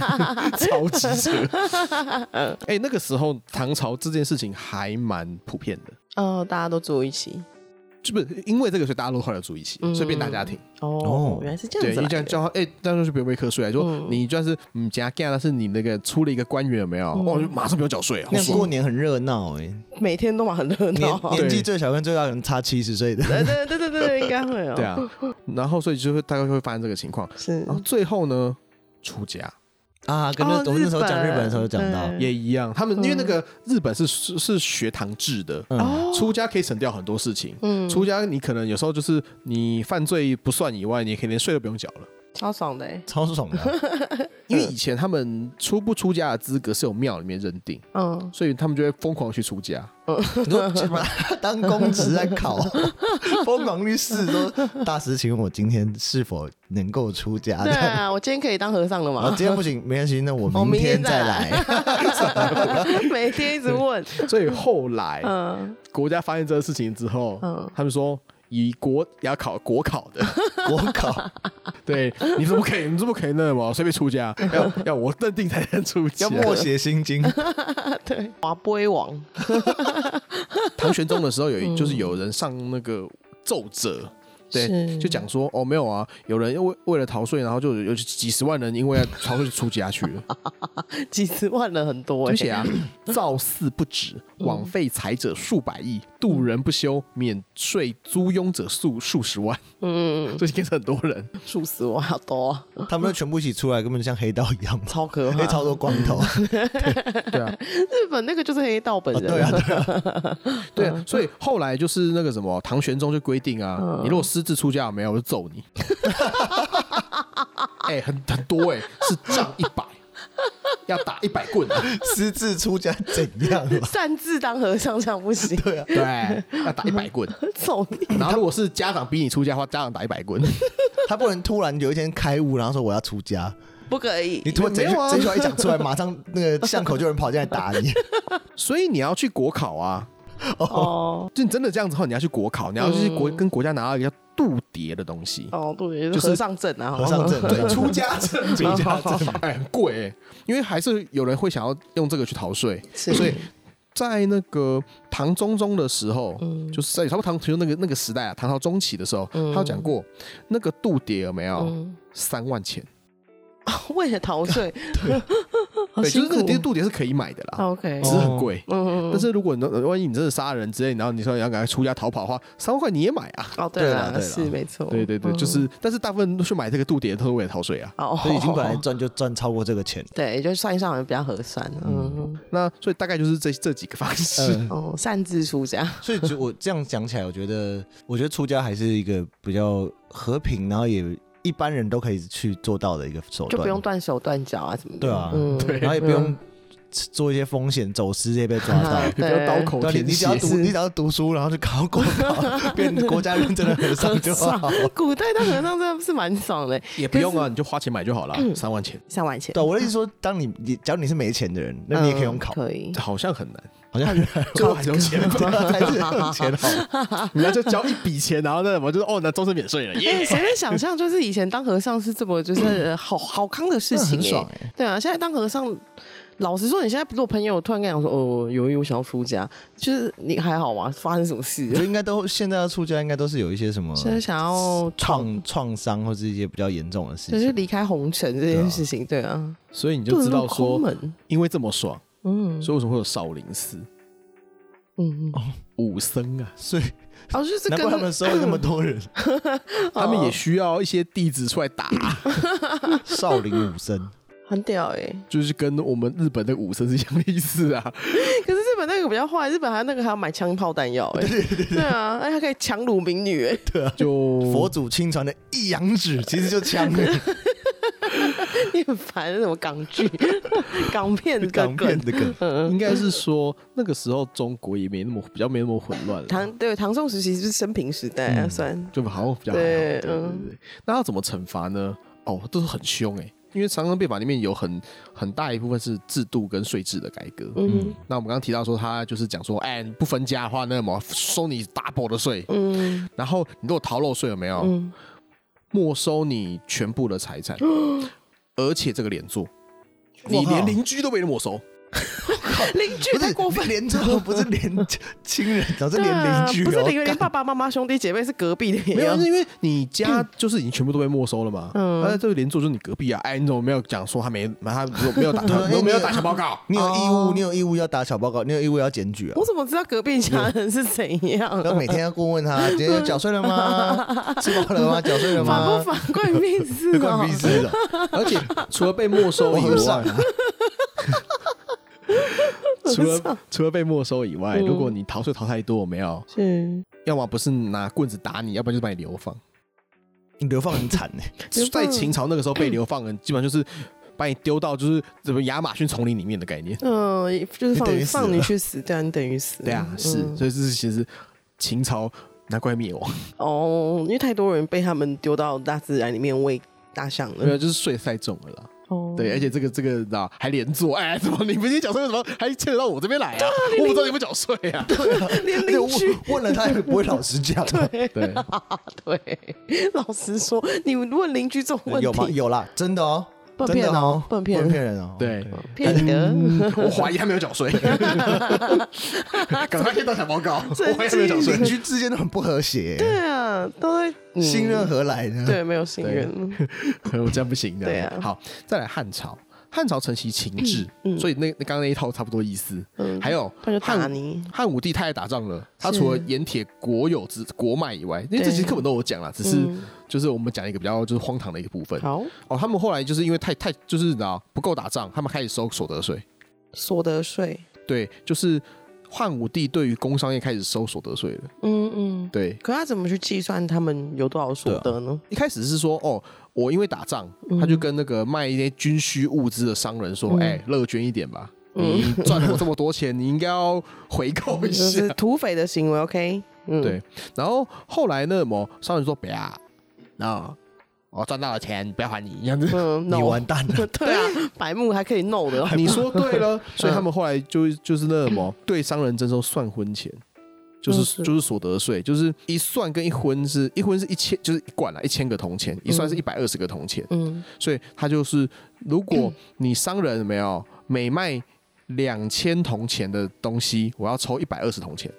超级扯。嗯 哎、那个时候唐朝这件事情还蛮普遍的，哦，大家都住一起，是不是？因为这个，所以大家都后来住一起，嗯所以变大家庭。哦哦，原来是这对，样子你来这样的，叫他，哎、这啊样就是不用被课税来说，嗯你就算是嗯加干，但是你那个出了一个官员有没有？嗯哦，就马上不用缴税，好那爽。过年很热闹哎，每天都嘛很热年闹。年纪最小跟最大可能差七十岁的。对对对对对，应该会哦。对啊，然后所以就会大概会发生这个情况。是然后最后呢，出家啊，跟那哦我们那时候讲日日本本的时候有讲到，对也一样，他们因为那嗯个日本是是是学堂制的，嗯，出家可以省掉很多事情。哦嗯，出家你可能有时候就是你犯罪不算以外，你可能税都不用缴了。超爽的欸，超爽的啊。 因为以前他们出不出家的资格是有庙里面认定，嗯，所以他们就会疯狂去出家。你说就把它当公职在考，啊 疯狂律师说大师，请问我今天是否能够出家？对啊，我今天可以当和尚了啊，嘛？今天不行，没关系，那我我明哦明天天再再来。每天一直问， 所以后来嗯国家发现这个事情之后，嗯他们说以国要考国考 的，我考，对，你怎么可以，你怎么可以那么随便出 家？要要我认定才能出家 要。默写心经。对，华杯王，唐玄宗的时候 有一就是有人上那个奏折。是对，就讲说哦，没有啊，有人为为了逃税，然后就有有几十万人因为逃税出家去 了，哦几十万人很多欸，而且啊，造寺不止，嗯枉费财者数百亿，度人不休，免税租庸者数数十 万，嗯，嗯，所以变成很多人。嗯数十万好多啊，他们就全部一起出来，根本像黑道一样 嘛，超可因为怕。超多光 头。对啊，日本那个就是黑道本人，对啊，对啊，所以后来就是那个什么，唐玄宗就规定啊，你如果私自出家有没有，我就揍你。 哎，很很多哎，是杖一百，要打一百棍啊，私自出家怎样啊了？擅自当和尚这样不行，对啊，对，要打一百棍。揍你！然后如果是家长逼你出家的话，家长打一百棍。他不能突然有一天开悟，然后说我要出家。不可以你，突然这没有啊这句话一讲出来，马上那个巷口就有人跑进来打你。所以你要去国考啊，哦就你真的这样子的话，你要去国考，你要去国、跟国家拿到一个叫度牒的东西。哦，对，就是和尚证啊，和尚证，对，出家证，出家证。哎，很贵、欸，因为还是有人会想要用这个去逃税，是所以在那个唐中宗的时候，就是在差不多唐就那个那个时代啊，唐朝中期的时候，他有讲过那个度牒有没有嗯，三、万钱？为了逃税，对，就是那好辛苦个。其实度牒是可以买的啦， OK，哦只是很贵。嗯，但是如果你呃万一你真的杀人之类，然后你说你要赶快出家逃跑的话，三万块你也买啊？哦，对对啦啦，对啦是没错，嗯对对对，就是，但是大部分都去买这个度牒都是为了逃税啊。哦， 所以已经本来赚就赚超过这个 钱。 对，就算一算好像比较合算，嗯，那所以大概就是这这几个方式。嗯，哦，擅自出家，所以就我这样讲起来，我觉得，我觉得出家还是一个比较和平，然后也一般人都可以去做到的一个手段，就不用断手断脚啊什么的，对啊嗯，对然后也不用做一些风险走私这些被抓到。你 不要刀 口对啊，你舔你只血要，读，你只要读书，然后去考国考，变国家认证的和尚就好。 古代当和尚真的是蛮爽的，也不用啊，你就花钱买就好了，三万钱三万钱。嗯对，我的意思说，当你你假如你是没钱的人，那你也可以用考，可以。 好像很难，好像最后还是用钱吧。还是用钱好。你要就交一笔钱，然后那什么，就是哦，那终身免税了，耶！哎，谁能想象，就是以前当和尚是这么就是 好好康的事那情很爽哎哎对啊，现在当和尚，老实说，你现在如果朋友突然跟你讲说，哦，有一我想要出家，就是你还好吗？发生什么事我 觉？得应该都现在要出家，应该都是有一些什么哦就是想要创创伤或是一些比较严重的事就是情。离开红尘这件事情，对啊，所以你就知道遁入空说，门因为这么爽，嗯所以为什么会有少林寺、嗯，嗯武僧啊？所以哦，就是难跟怪他们收了那么多 人，他们也需要一些弟子出来打，少林武僧。很屌哎、就是跟我们日本的武僧是一样的意思啊。哎可是日本那个比较坏，日本还有那个还要买枪炮弹药哎、对对对啊，哎，还可以强掳民女哎、就佛祖亲传的一阳指，其实就 枪了， 你很烦那种港剧、港片的港片梗。的梗。应该是说那个时候中国也没那么比较没那么混乱了，唐对唐宋时期就是生平时代啊，算就好像比较还好。对对对对对，那要怎么惩罚呢？哦，都是很凶哎、因为《长征变法》里面有很很大一部分是制度跟税制的改革。嗯那我们刚刚提到说，他就是讲说，哎，你不分家的话，那么收你 double 的税，嗯然后你如果逃漏税有没有？嗯，没收你全部的财产，而且这个连坐，你哇连邻居都被没收。邻居不太是过分。连坐不是连亲人，然后是对连啊邻居不是哦，连连爸爸妈妈、兄弟姐妹，是隔壁的没也要有，是因为你家就是已经全部都被没收了嘛。嗯嗯，那这个连坐就是你隔壁啊。哎，你怎么没有讲说他没，他没有打，对你都没有打小报告？你有义哦务，你有义务要打小报告，你有义务要检举啊我。怎么知道隔壁家人是怎样啊？然后每天要过问他，今天有缴税了吗？吃饱了吗？缴税了反不吗？反关你屁事这啊关！屁事的，而且除了被没收 我以很外上，啊。哦除 了除了被没收以外，如果你逃税逃太多，没有，是要么不是拿棍子打你，要不然就是把你流放。你流放很惨呢，流放在秦朝那个时候被流放的人，基本上就是把你丢到就是怎么亚马逊丛林里面的概念。嗯，就是你等放于死了放你去死，对啊，你等于死。对啊，是，嗯所以这是其实秦朝难怪灭亡，哦，因为太多人被他们丢到大自然里面喂大象没有了。啊就是税太重了啦。哦，对，而且这个这个你知道还连坐，哎，怎么你们今天缴税为什么还牵扯到我这边来啊？我不知道你们缴税啊。 连而且邻居问问了他也不会老实讲 啊，对，对，老实说，你问邻居这种问题呃有吗？有啦，真的哦，不能真的骗哦哦，不能骗能骗人哦，对 骗你的， 我怀疑他没有缴 税，赶快先到小报告，我怀疑他没有缴税邻。居之间都很不和谐，对啊，都在嗯信任何来呢？对没有信任， 我这样不行的。对啊好，再来汉朝，汉朝承袭秦制，所以那那刚刚那一套差不多意思。嗯还有他就打汉你，汉武帝太爱打仗了，他除了盐铁国有之国脉以外，因为这其实课本都有讲啦，只是嗯就是我们讲一个比较就是荒唐的一个部分。好哦，他们后来就是因为太太就是你知道不够打仗，他们开始收所得税。所得税，对，就是汉武帝对于工商业开始收所得税了。嗯嗯，对，可他怎么去计算他们有多少所得呢？一开始是说哦，我因为打仗，嗯他就跟那个卖一些军需物资的商人说，哎、乐、捐一点吧。你赚了我这么多钱，你应该要回扣一嗯就下是。土匪的行为，OK，嗯，对，然后后来呢，么商人说不要，那我赚到了钱不要还你，这 样子。嗯你，no，完 蛋了。对啊，白目还可以 no 的哦，你说对了，所以他们后来就就是那什么，对商人征收算婚钱，就嗯是是就是所得税，就是一算跟一婚是一婚是一千，就是一贯啦，一千个铜钱，一算是一百二十个铜钱，嗯，所以他就是如果你商人没有每卖两千铜钱的东西，我要抽一百二十铜钱，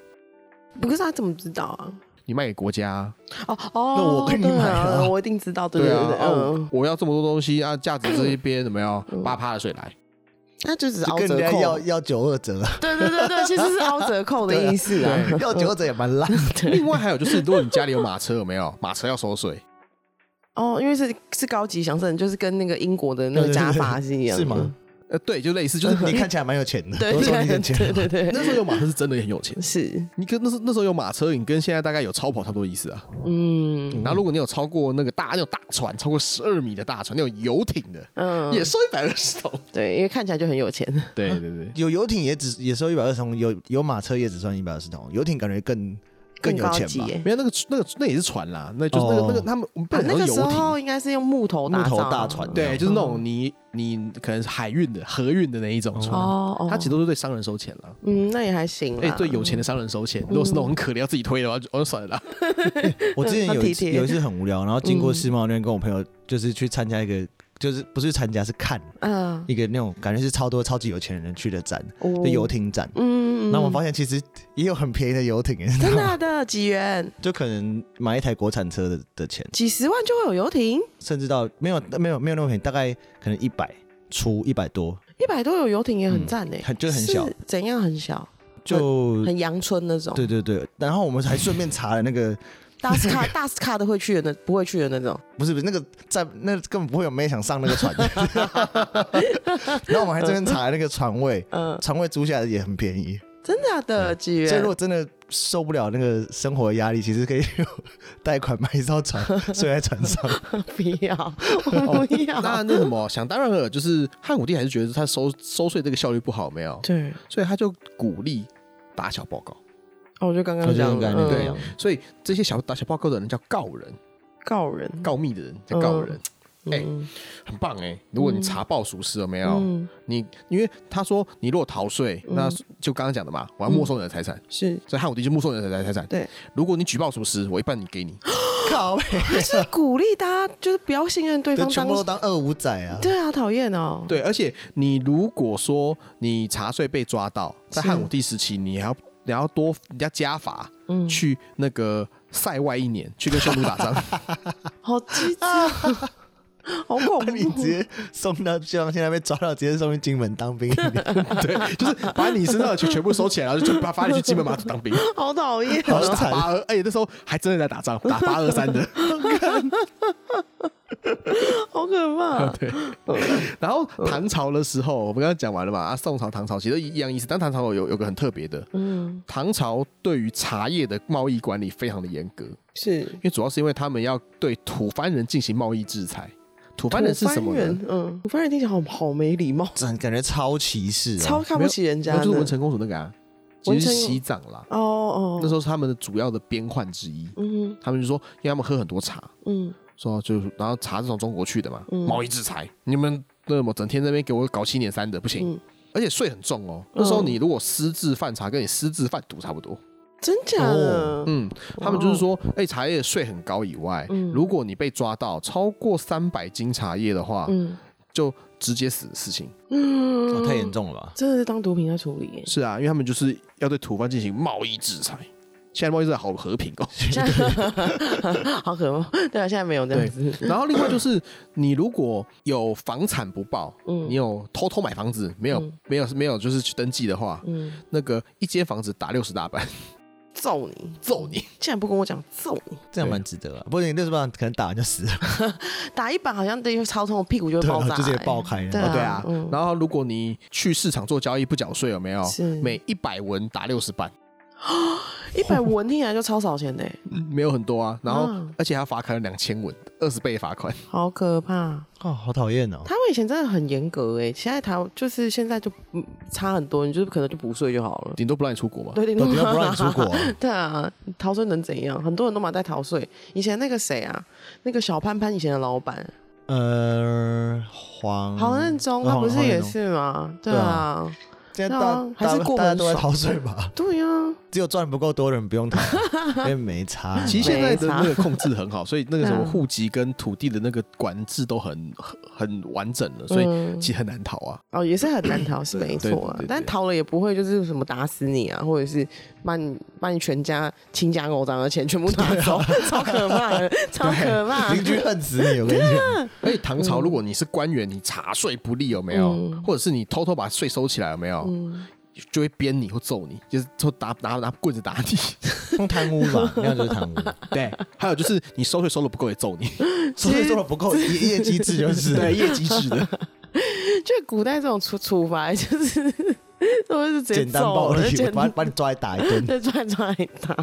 可是他怎么知道啊？你卖给国家啊、哦哦，那我跟你对啊买了我一定知道，对对对啊，对，啊我哦嗯，我要这么多东西啊，价值这一边怎么样嗯八趴的税来，他 就只是就凹跟人折家扣，要要九二折，对对对对，其 实是凹折扣的意思啊。 要九二折也蛮烂。 另外还有就是，如果你家里有马车，有没有 马车要收税？哦，因为是是高级享受，就是跟那个英国的那个对对对加法是一样的，是吗？呃，对，就类似，就是 你看起来蛮有钱的，对都说你对很钱，对对对，那时候有马车是真的很有钱。是，你跟那时候那时候有马车，你跟现在大概有超跑差不多意思啊。嗯然后如果你有超过那个大那种大船，超过十二米的大船，那种游艇的，嗯，也收一百二十桶。对，因为看起来就很有钱。对对对，有游艇也只也收一百二十桶，有有马车也只算一百二十桶，游艇感觉更更有高钱级吧？耶。没有那个那个那也是船啦，那就是那个、哦那个他们我们不啊能那说个游时艇，候应该是用木头打木头造啊大船啊对，就是那种你你可能是海运的、河运的那一种船，哦哦，它其实都是对商人收钱了。嗯，那也还行哎啦，。对有钱的商人收钱，嗯如果是那种很可怜要自己推的话，就哦算了 啦。我之前有一很体次贴有一次很无聊，然后经过世贸那边跟我朋友就是去参加一个，就是不是参加是看嗯，一个那种感觉是超多超级有钱人去的展，哦就游艇展。嗯，嗯，那我们嗯发现其实也有很便宜的游 艇，你知道真吗的啊的几元，就可能买一台国产车的的钱，几十万就会有游艇，甚至到没有没有没有那么便宜，大概可能一百出一百多，一百多有游艇嗯也很赞呢，很就很小是，怎样很小，就很阳春那种，对对对。然后我们还顺便查了那个大斯卡大斯卡的会去的那不会去的那种，不是不是那个在那根本不会有妹想上那个 船， 然后我们还这边查那个船位，嗯，船位租下来也很便宜，真的啊的几所以如元，果真的受不了那个生活的压力，其实可以贷款买一艘 船，睡在船上。不 要，我不那要，那什么，想当然了，就是汉武帝还是觉得他收收税这个效率不好，没有，对，所以他就鼓励打小报告。哦我就刚刚就这讲种感觉嗯对所以这些小打小报告的人叫告人，告人，告密的人叫告人，哎嗯很棒哎、如果你查报属实了没有，嗯，你因为他说你如果逃税，嗯那就刚刚讲的嘛，我要没收你的财产，是所以汉武帝就没收你的财财产。对，如果你举报属实，我一半你给你。靠北，就是鼓励大家就是不要信任对对，方全当部都当二五仔啊！ 对啊，讨厌哦。对，而且你如果说你查税被抓到，在是汉武帝时期，你还要你还要多你要加罚、嗯，去那个塞外一年，去跟匈奴打仗。 好机智 哦，好恐把你直怖。接送到，就像现在被抓到，直接送去金门当兵。对，就是把你身上的钱全部收起来，然后就就把罚你去金门马祖当兵。好讨厌哦然后好就打惨八二，哎、那时候还真的在打仗，打八二 三的。好可怕！对。然后唐朝的时候，我们刚刚讲完了嘛，啊，宋朝、唐朝其实都一样意思，但唐朝有有个很特别的，嗯，唐朝对于茶叶的贸易管理非常的严格，因是为主要是因为他们要对吐蕃人进行贸易制裁。吐蕃人是什么土呢番？人嗯，土番人听起来好好没礼貌，真感觉超歧视、超哦，看不起人家然后的。就是文成公主那个啊，其文实成是西藏啦，哦哦，那时候是他们的主要的边患之一。嗯他们就说，因为他们喝很多茶，嗯说就是然后茶是从中国去的嘛，嗯贸易制裁，你们那么整天在那边给我搞七年三的不行，嗯，而且税很重哦。那时候你如果私自贩茶，跟你私自贩毒差不多。真假的？嗯，他们就是说，哎，茶叶税很高以外，哦嗯如果你被抓到超过三百斤茶叶的话，嗯就直接死死刑。哦嗯，太严重了吧？真的是当毒品在处理耶。是啊，因为他们就是要对吐蕃进行贸易制裁。现在贸易制裁好和平哦。现在 好可怕，对啊，现在没有这样子。然后另外就是，你如果有房产不报，嗯你有偷偷买房子没有嗯没有没有就是去登记的话，嗯，那个一间房子打六十大板 揍你！揍你。竟然不跟我讲揍你！这样蛮值得啊。不然你六十八可能打完就死了，打一把好像等于超痛，屁股就会对爆啊，炸，欸就直接爆开了。对哦对啊，嗯然后如果你去市场做交易不缴税，有没有是？每一百文打六十板，一百文听起来就超少钱的耶，欸没有很多啊。然后、嗯而且还要罚款两千文，二十倍罚款。 好可怕！哦，好讨厌哦。他们以前真的很严格哎，现在台湾就是现在就嗯差很多，你就是可能就不睡就好了。顶多不让你出国嘛。对，顶对多不要不让你出国、。 对啊，逃税能怎样？很多人都嘛在逃税。以前那个谁啊，那个小潘潘以前的老板呃，黄黄任中，哦他不是也？是吗？对啊，现在对大啊还大是过大家门都在爽逃税吧？对啊，只有赚不够多的人不用逃，因为没差。其实现在的没差那个控制很好，所以那个什么嗯户籍跟土地的那个管制都很很很完整了，所以嗯其实很难逃啊。哦，也是很难逃，是没对错啊对对。但对逃了也不会就是什么打死你啊，或者是把你把你全家倾家狗长的钱全部拿走， 超可怕的，超可怕。邻居恨死你，我跟你讲。哎而且唐朝，如果你是官员，你查税不力有没有？嗯或者是你偷偷把税收起来有没有？就会鞭你或揍你，就是说打拿拿棍子打你。用贪污吧，那样就是贪污。对，还有就是你收税收的不够也揍你， 所以做的不够，业业绩制就是对，业绩制的。觉得古代这种处处罚就是 都是直接简单揍暴了，力，简把单把你抓来打一顿。对抓来抓来打，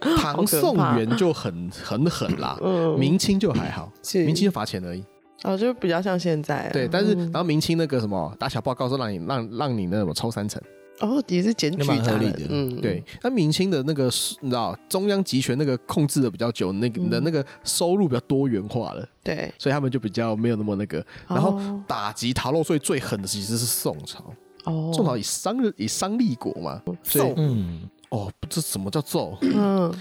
唐宋元就很很狠啦，嗯明清就还好，是明清就罚钱而已。哦，就比较像现在啊对，但是然后明清那个什么打小报告是让你让让你那什么抽三成，哦也是检举那蛮合他理人的嗯，对，那明清的那个你知道中央集权那个控制的比较久，那个的那个收入比较多元化了，对，所以他们就比较没有那么那个。然后哦打击逃漏罪最狠的其实是宋朝，哦，宋朝以商日以商立国嘛，所以揍嗯，哦，这什么叫揍？嗯，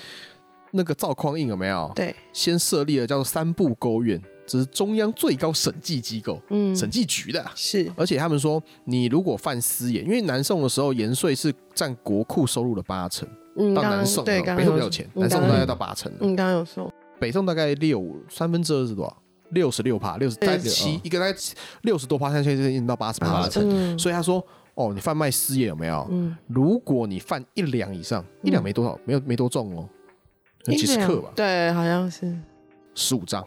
那个赵匡胤有没有？对，先设立了叫做三部勾院，这是中央最高审计机构，嗯，审计局的啊。是而且他们说，你如果犯私盐，因为南宋的时候盐税是占国库收入的八成，嗯，到刚南刚宋对，了刚北刚宋比较有有钱，嗯南宋刚大刚概到八成了，嗯，刚刚有说，北宋大概六三分之二是多少？六十六趴，六十大概七嗯，哦一个大概六十多趴，现在已经到八十趴八了。成嗯，所以他说，哦，你贩卖私盐有没有？嗯，如果你犯一两以上，一两没多少，没有没多重哦，有几十克吧，哎对，好像是，十五仗，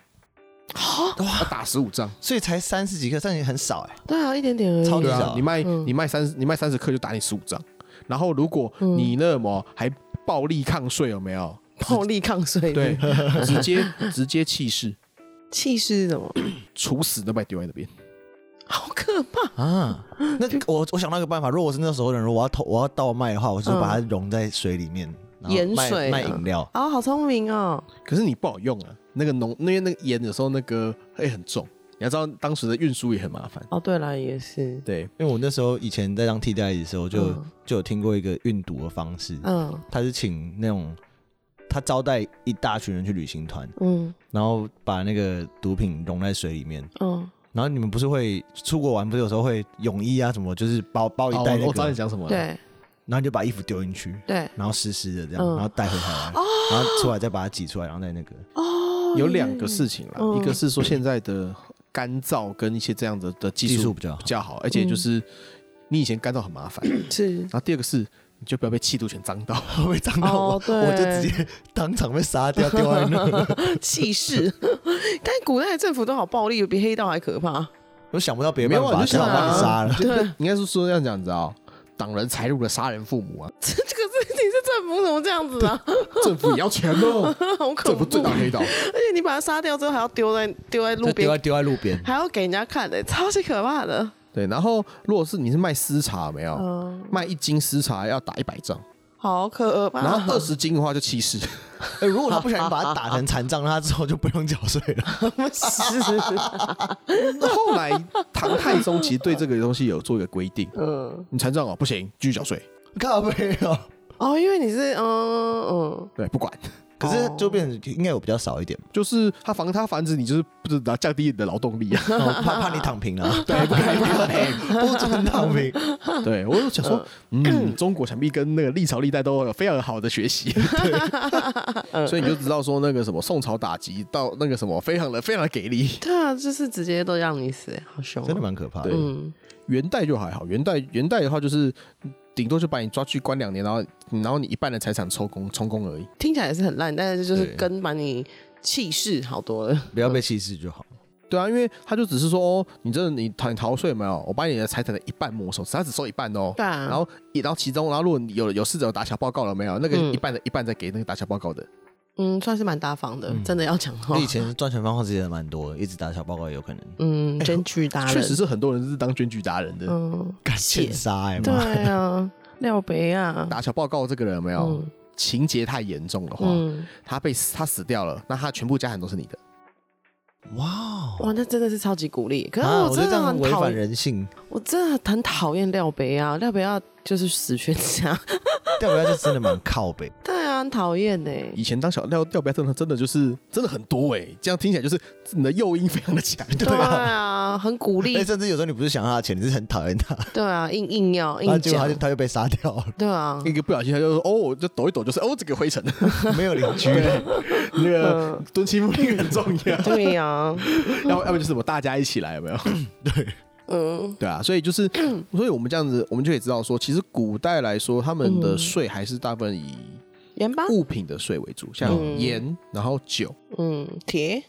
要打十五仗。所以才三十几克，但也很少哎。对啊，一点点而已，超级对少啊，你卖嗯你卖三十，你卖三十克就打你十五张，然后如果你那么还暴力抗税有没有？暴力抗税，对，，直接直接弃市，气势是什么？ 处死都把你丢在那边。好可怕！啊，那我我想到一个办法，如果我是那时候的人，我要偷我要倒卖的话，我就嗯把它融在水里面，然后盐卖水卖啊饮料。哦，好聪明哦，可是你不好用啊，那个浓，因为那个盐有时候那个会很重，你要知道当时的运输也很麻烦。哦，对了，也是，对，因为我那时候以前在当替代役的时候，就嗯就有听过一个运毒的方式，嗯他是请那种他招待一大群人去旅行团，嗯然后把那个毒品融在水里面。嗯，然后你们不是会出国玩，不是有时候会泳衣啊什么，就是包包一袋哦我那我知道个，你讲什么了。对然后你就把衣服丢进去，对，然后湿湿的这样，嗯然后带回台湾，然后出来再把它挤出来，然后再那个。哦，有两个事情啦，嗯一个是说现在的干燥跟一些这样的的技技术术比较好 比较好，而嗯且就是你以前干燥很麻 烦，是然后第二个是，你就不要被气毒犬脏到。会不会脏到我哦，对我就直接当场被杀掉，丢在那。气势， 但古代政府都好暴力，比黑道还可怕。 我想不到别没的有办啊法，你就想想要把你啊杀了。对， 应该是说这样讲，你知道，挡人财路的杀人父母啊，这这个事情是政府怎么这样子啊？政府也要钱 哦，好恐政府怖！最大黑道。而且你把他杀掉之后，还要丢在丢在路就丢在边，丢在路边， 还要给人家看的、超级可怕的。对，然后如果是你是卖私茶，有没有嗯，卖一斤私茶要打一百仗，好可怕。然 后二十斤的话就七十，哎，如果他不小心把他打成残障，那他之后就不用缴税了。那 后来唐太宗其实对这个东西有做一个规定，嗯，你残障哦不行，继续缴税， 靠背哦。哦，因为你是嗯嗯，对，不管，可是就变成应该有比较少一点，就是他防他防止你就是不知道降低你的劳动力啊。然后怕怕你躺平了，对，不可以，不可以。不准躺平。对我就想说，嗯，中国想必跟那个历朝历代都有非常好的学习，对，所以你就知道说那个什么宋朝打击到那个什么非常的非常的给力。对啊，就是直接都让你死，好凶、啊真的？蛮可怕的对。嗯，元代就还好，元代元代的话就是顶多就把你抓去关两年，然后然后你一半的财产抽公充公而已。听起来也是很烂，但是就是对跟把你气势好多了。不要被歧视就好。对啊，因为他就只是说，哦，你这你逃你逃税有没有？我把你的财产的一半没收，他只收一半哦。对啊然后然后其中，然后如果你有有试着有打小报告了没有？那个嗯一半的一半再给那个打小报告的。嗯，算是蛮大方的，真的要讲话我。以前赚钱方法其实也蛮多的，一直打小报告也有可能。嗯，真巨达人，确实是很多人是当捐举达人的。嗯，敢谢欠杀哎对妈！啊，廖北啊，打小报告这个人有没有、嗯情节太严重的话，嗯，他被他死掉了，那他全部家产都是你的。哇哦，哇，那真的是超级鼓励。可是啊，我觉我得真这的样很违讨反厌，人性，我真的很讨厌廖北啊，廖北啊就是死全家， 要不然就真的蛮靠背。对啊，很讨厌呢。以前当小廖廖白真的真的就是真的很多哎、这样听起来就是你的诱因非常的强，对对吧？啊，很鼓励哎，，甚至有时候你不是想要他的钱，你是很讨厌他，对啊，硬硬要然后硬结果他讲就，他就被杀掉了， 对啊，一个不小心他就说哦，我就抖一抖，就是哦，这个灰尘，没有邻居 对，那个嗯蹲亲附近很重要， 对啊呀，要不要不就是我大家一起来有没有？嗯，对啊，所以就是，所以我们这样子，我们就可以知道说，其实古代来说，他们的税还是大部分以盐巴，物品的税为主，像嗯盐，然后酒，嗯，铁，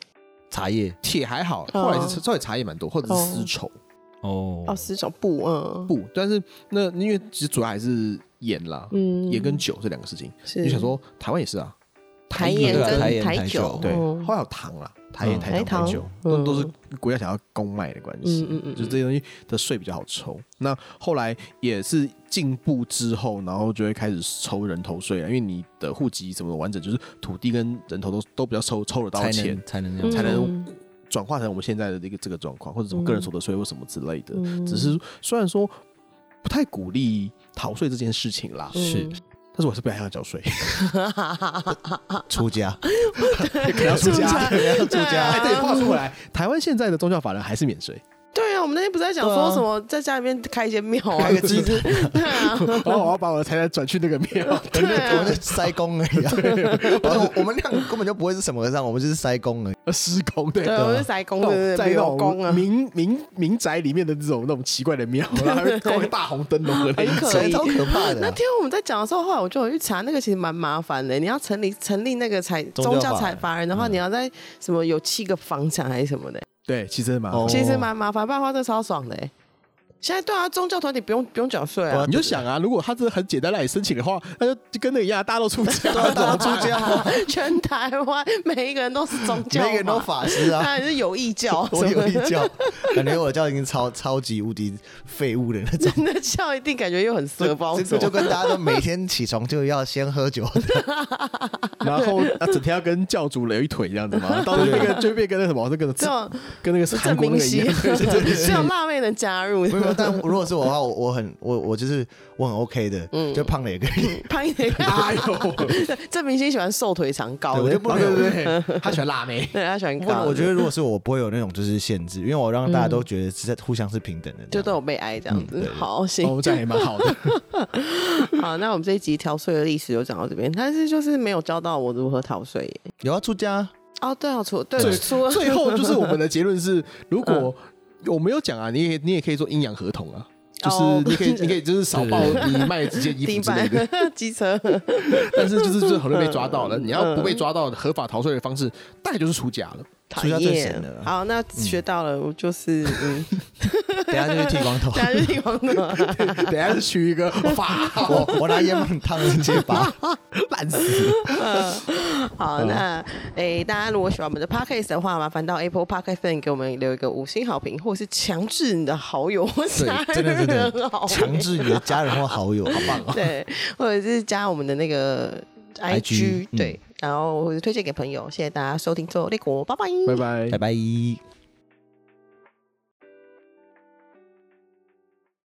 茶叶铁还好，哦后来是稍微茶叶蛮多，或者是丝绸，哦哦，十种不，嗯，不，但是那因为其实主要还是演啦，嗯演跟酒这两个事情，是就想说台湾也是啊，台演演对啊跟台演台酒酒，对，嗯后来有糖啦，台演、嗯台糖、台台酒，糖都嗯都是国家想要公卖的关系，嗯嗯嗯就是这些东西的税比较好抽。那后来也是进步之后，然后就会开始抽人头税了，因为你的户籍什么的完整，就是土地跟人头都都比较抽抽得到才钱能，才能这样，嗯才能转化成我们现在的这个这个状况，或者什么嗯个人所得税或什么之类的。只是虽然说不太鼓励逃税这件事情啦，嗯是但是我还是不太想交 税。出家，可能要出家，可能要出啊对啊家。哎，对，话说回来，台湾现在的宗教法人还是免税。对啊，我们那天不是在讲说什么在家里面开一些庙啊， 开个祭 坛，然后哦我要把我的财产转去那个庙。对我们啊是，塞工而 已、啊。我我们那个根本就不会是什么和尚，我们就是塞工而已。 施工对。啊对，我们是塞工，对对在对，没那有工种啊，民民民宅里面的这种那种奇怪的庙，然后还会挂个大红灯笼的那一种可以超可怕的、 那啊。天我们在讲的时候，后来我就有去查，那个其实蛮麻烦的。你要成立成立那个财宗宗教教法财人法人的话，你要在什么有七个房产还是什么的，对，其实蛮哦其实蛮麻烦。办花这超爽的欸。现在对啊，宗教团体不用不用缴税啊你，就想啊，如果他是很简单让你申请的话，那就就跟那个一样，大家都出家，对啊，怎么出家、啊？ 全台湾每一个人都是宗每教嘛，个人都法师 当啊。然是有意教，我有一 教，感觉我教已经超超级无敌废物的那种。 那教一定感觉又很色包这什个就么。跟大家都每天起床就要先喝 酒，然后啊整天要跟教主有一腿这样子嘛，到时候那个就变跟那个什么，那个这种跟那个韩郑国那明个一熙，样， 只有辣妹能加入，没有。但如果是我的话，我我很我我就是我很 OK 的，就胖了也可以。潘一 点。 哎 呦，郑明熙喜欢瘦腿长高对我的就，不能有对对，他喜欢辣妹，对他喜欢不高过嗯的。我觉得如果是我，不会有那种就是限制，因为我让大家都觉得是在互相是平等的这就样。都有被爱这样子。嗯对好，行，哦，这样也蛮好的。好，那我们这一集逃税的历史就讲到这边，但是就是没有教到我如何逃税耶。有啊要出家，哦，对啊，除对最除了最后就是我们的结论是，如果我没有讲啊，你也你也可以做阴阳合同啊。就是哦你可以，你可以就是少报 你卖这件衣地服之 板类的， 机车，但是就是最后就被抓到了。你要不被抓到，合法逃税的方式大概就是出家 了。讨家最厌神了。好，那嗯学到了，我就是嗯， 等一下就去剃 光头。大家就听完了。等一下就取一个法号，我我拿烟棒烫人家吧， 烂死了！好，嗯那诶，大家如果喜欢我们的 podcast 的话，麻烦到 Apple Podcast 给我们留一个五星好评，或是强制你的好友或是真的真 的好友强制你的家人或好友， 好棒哦！对，或者是加我们的那个 IG 嗯 IG，对，然后或者推荐给朋友。谢谢大家收听《最后列国》，拜拜。拜拜。拜拜。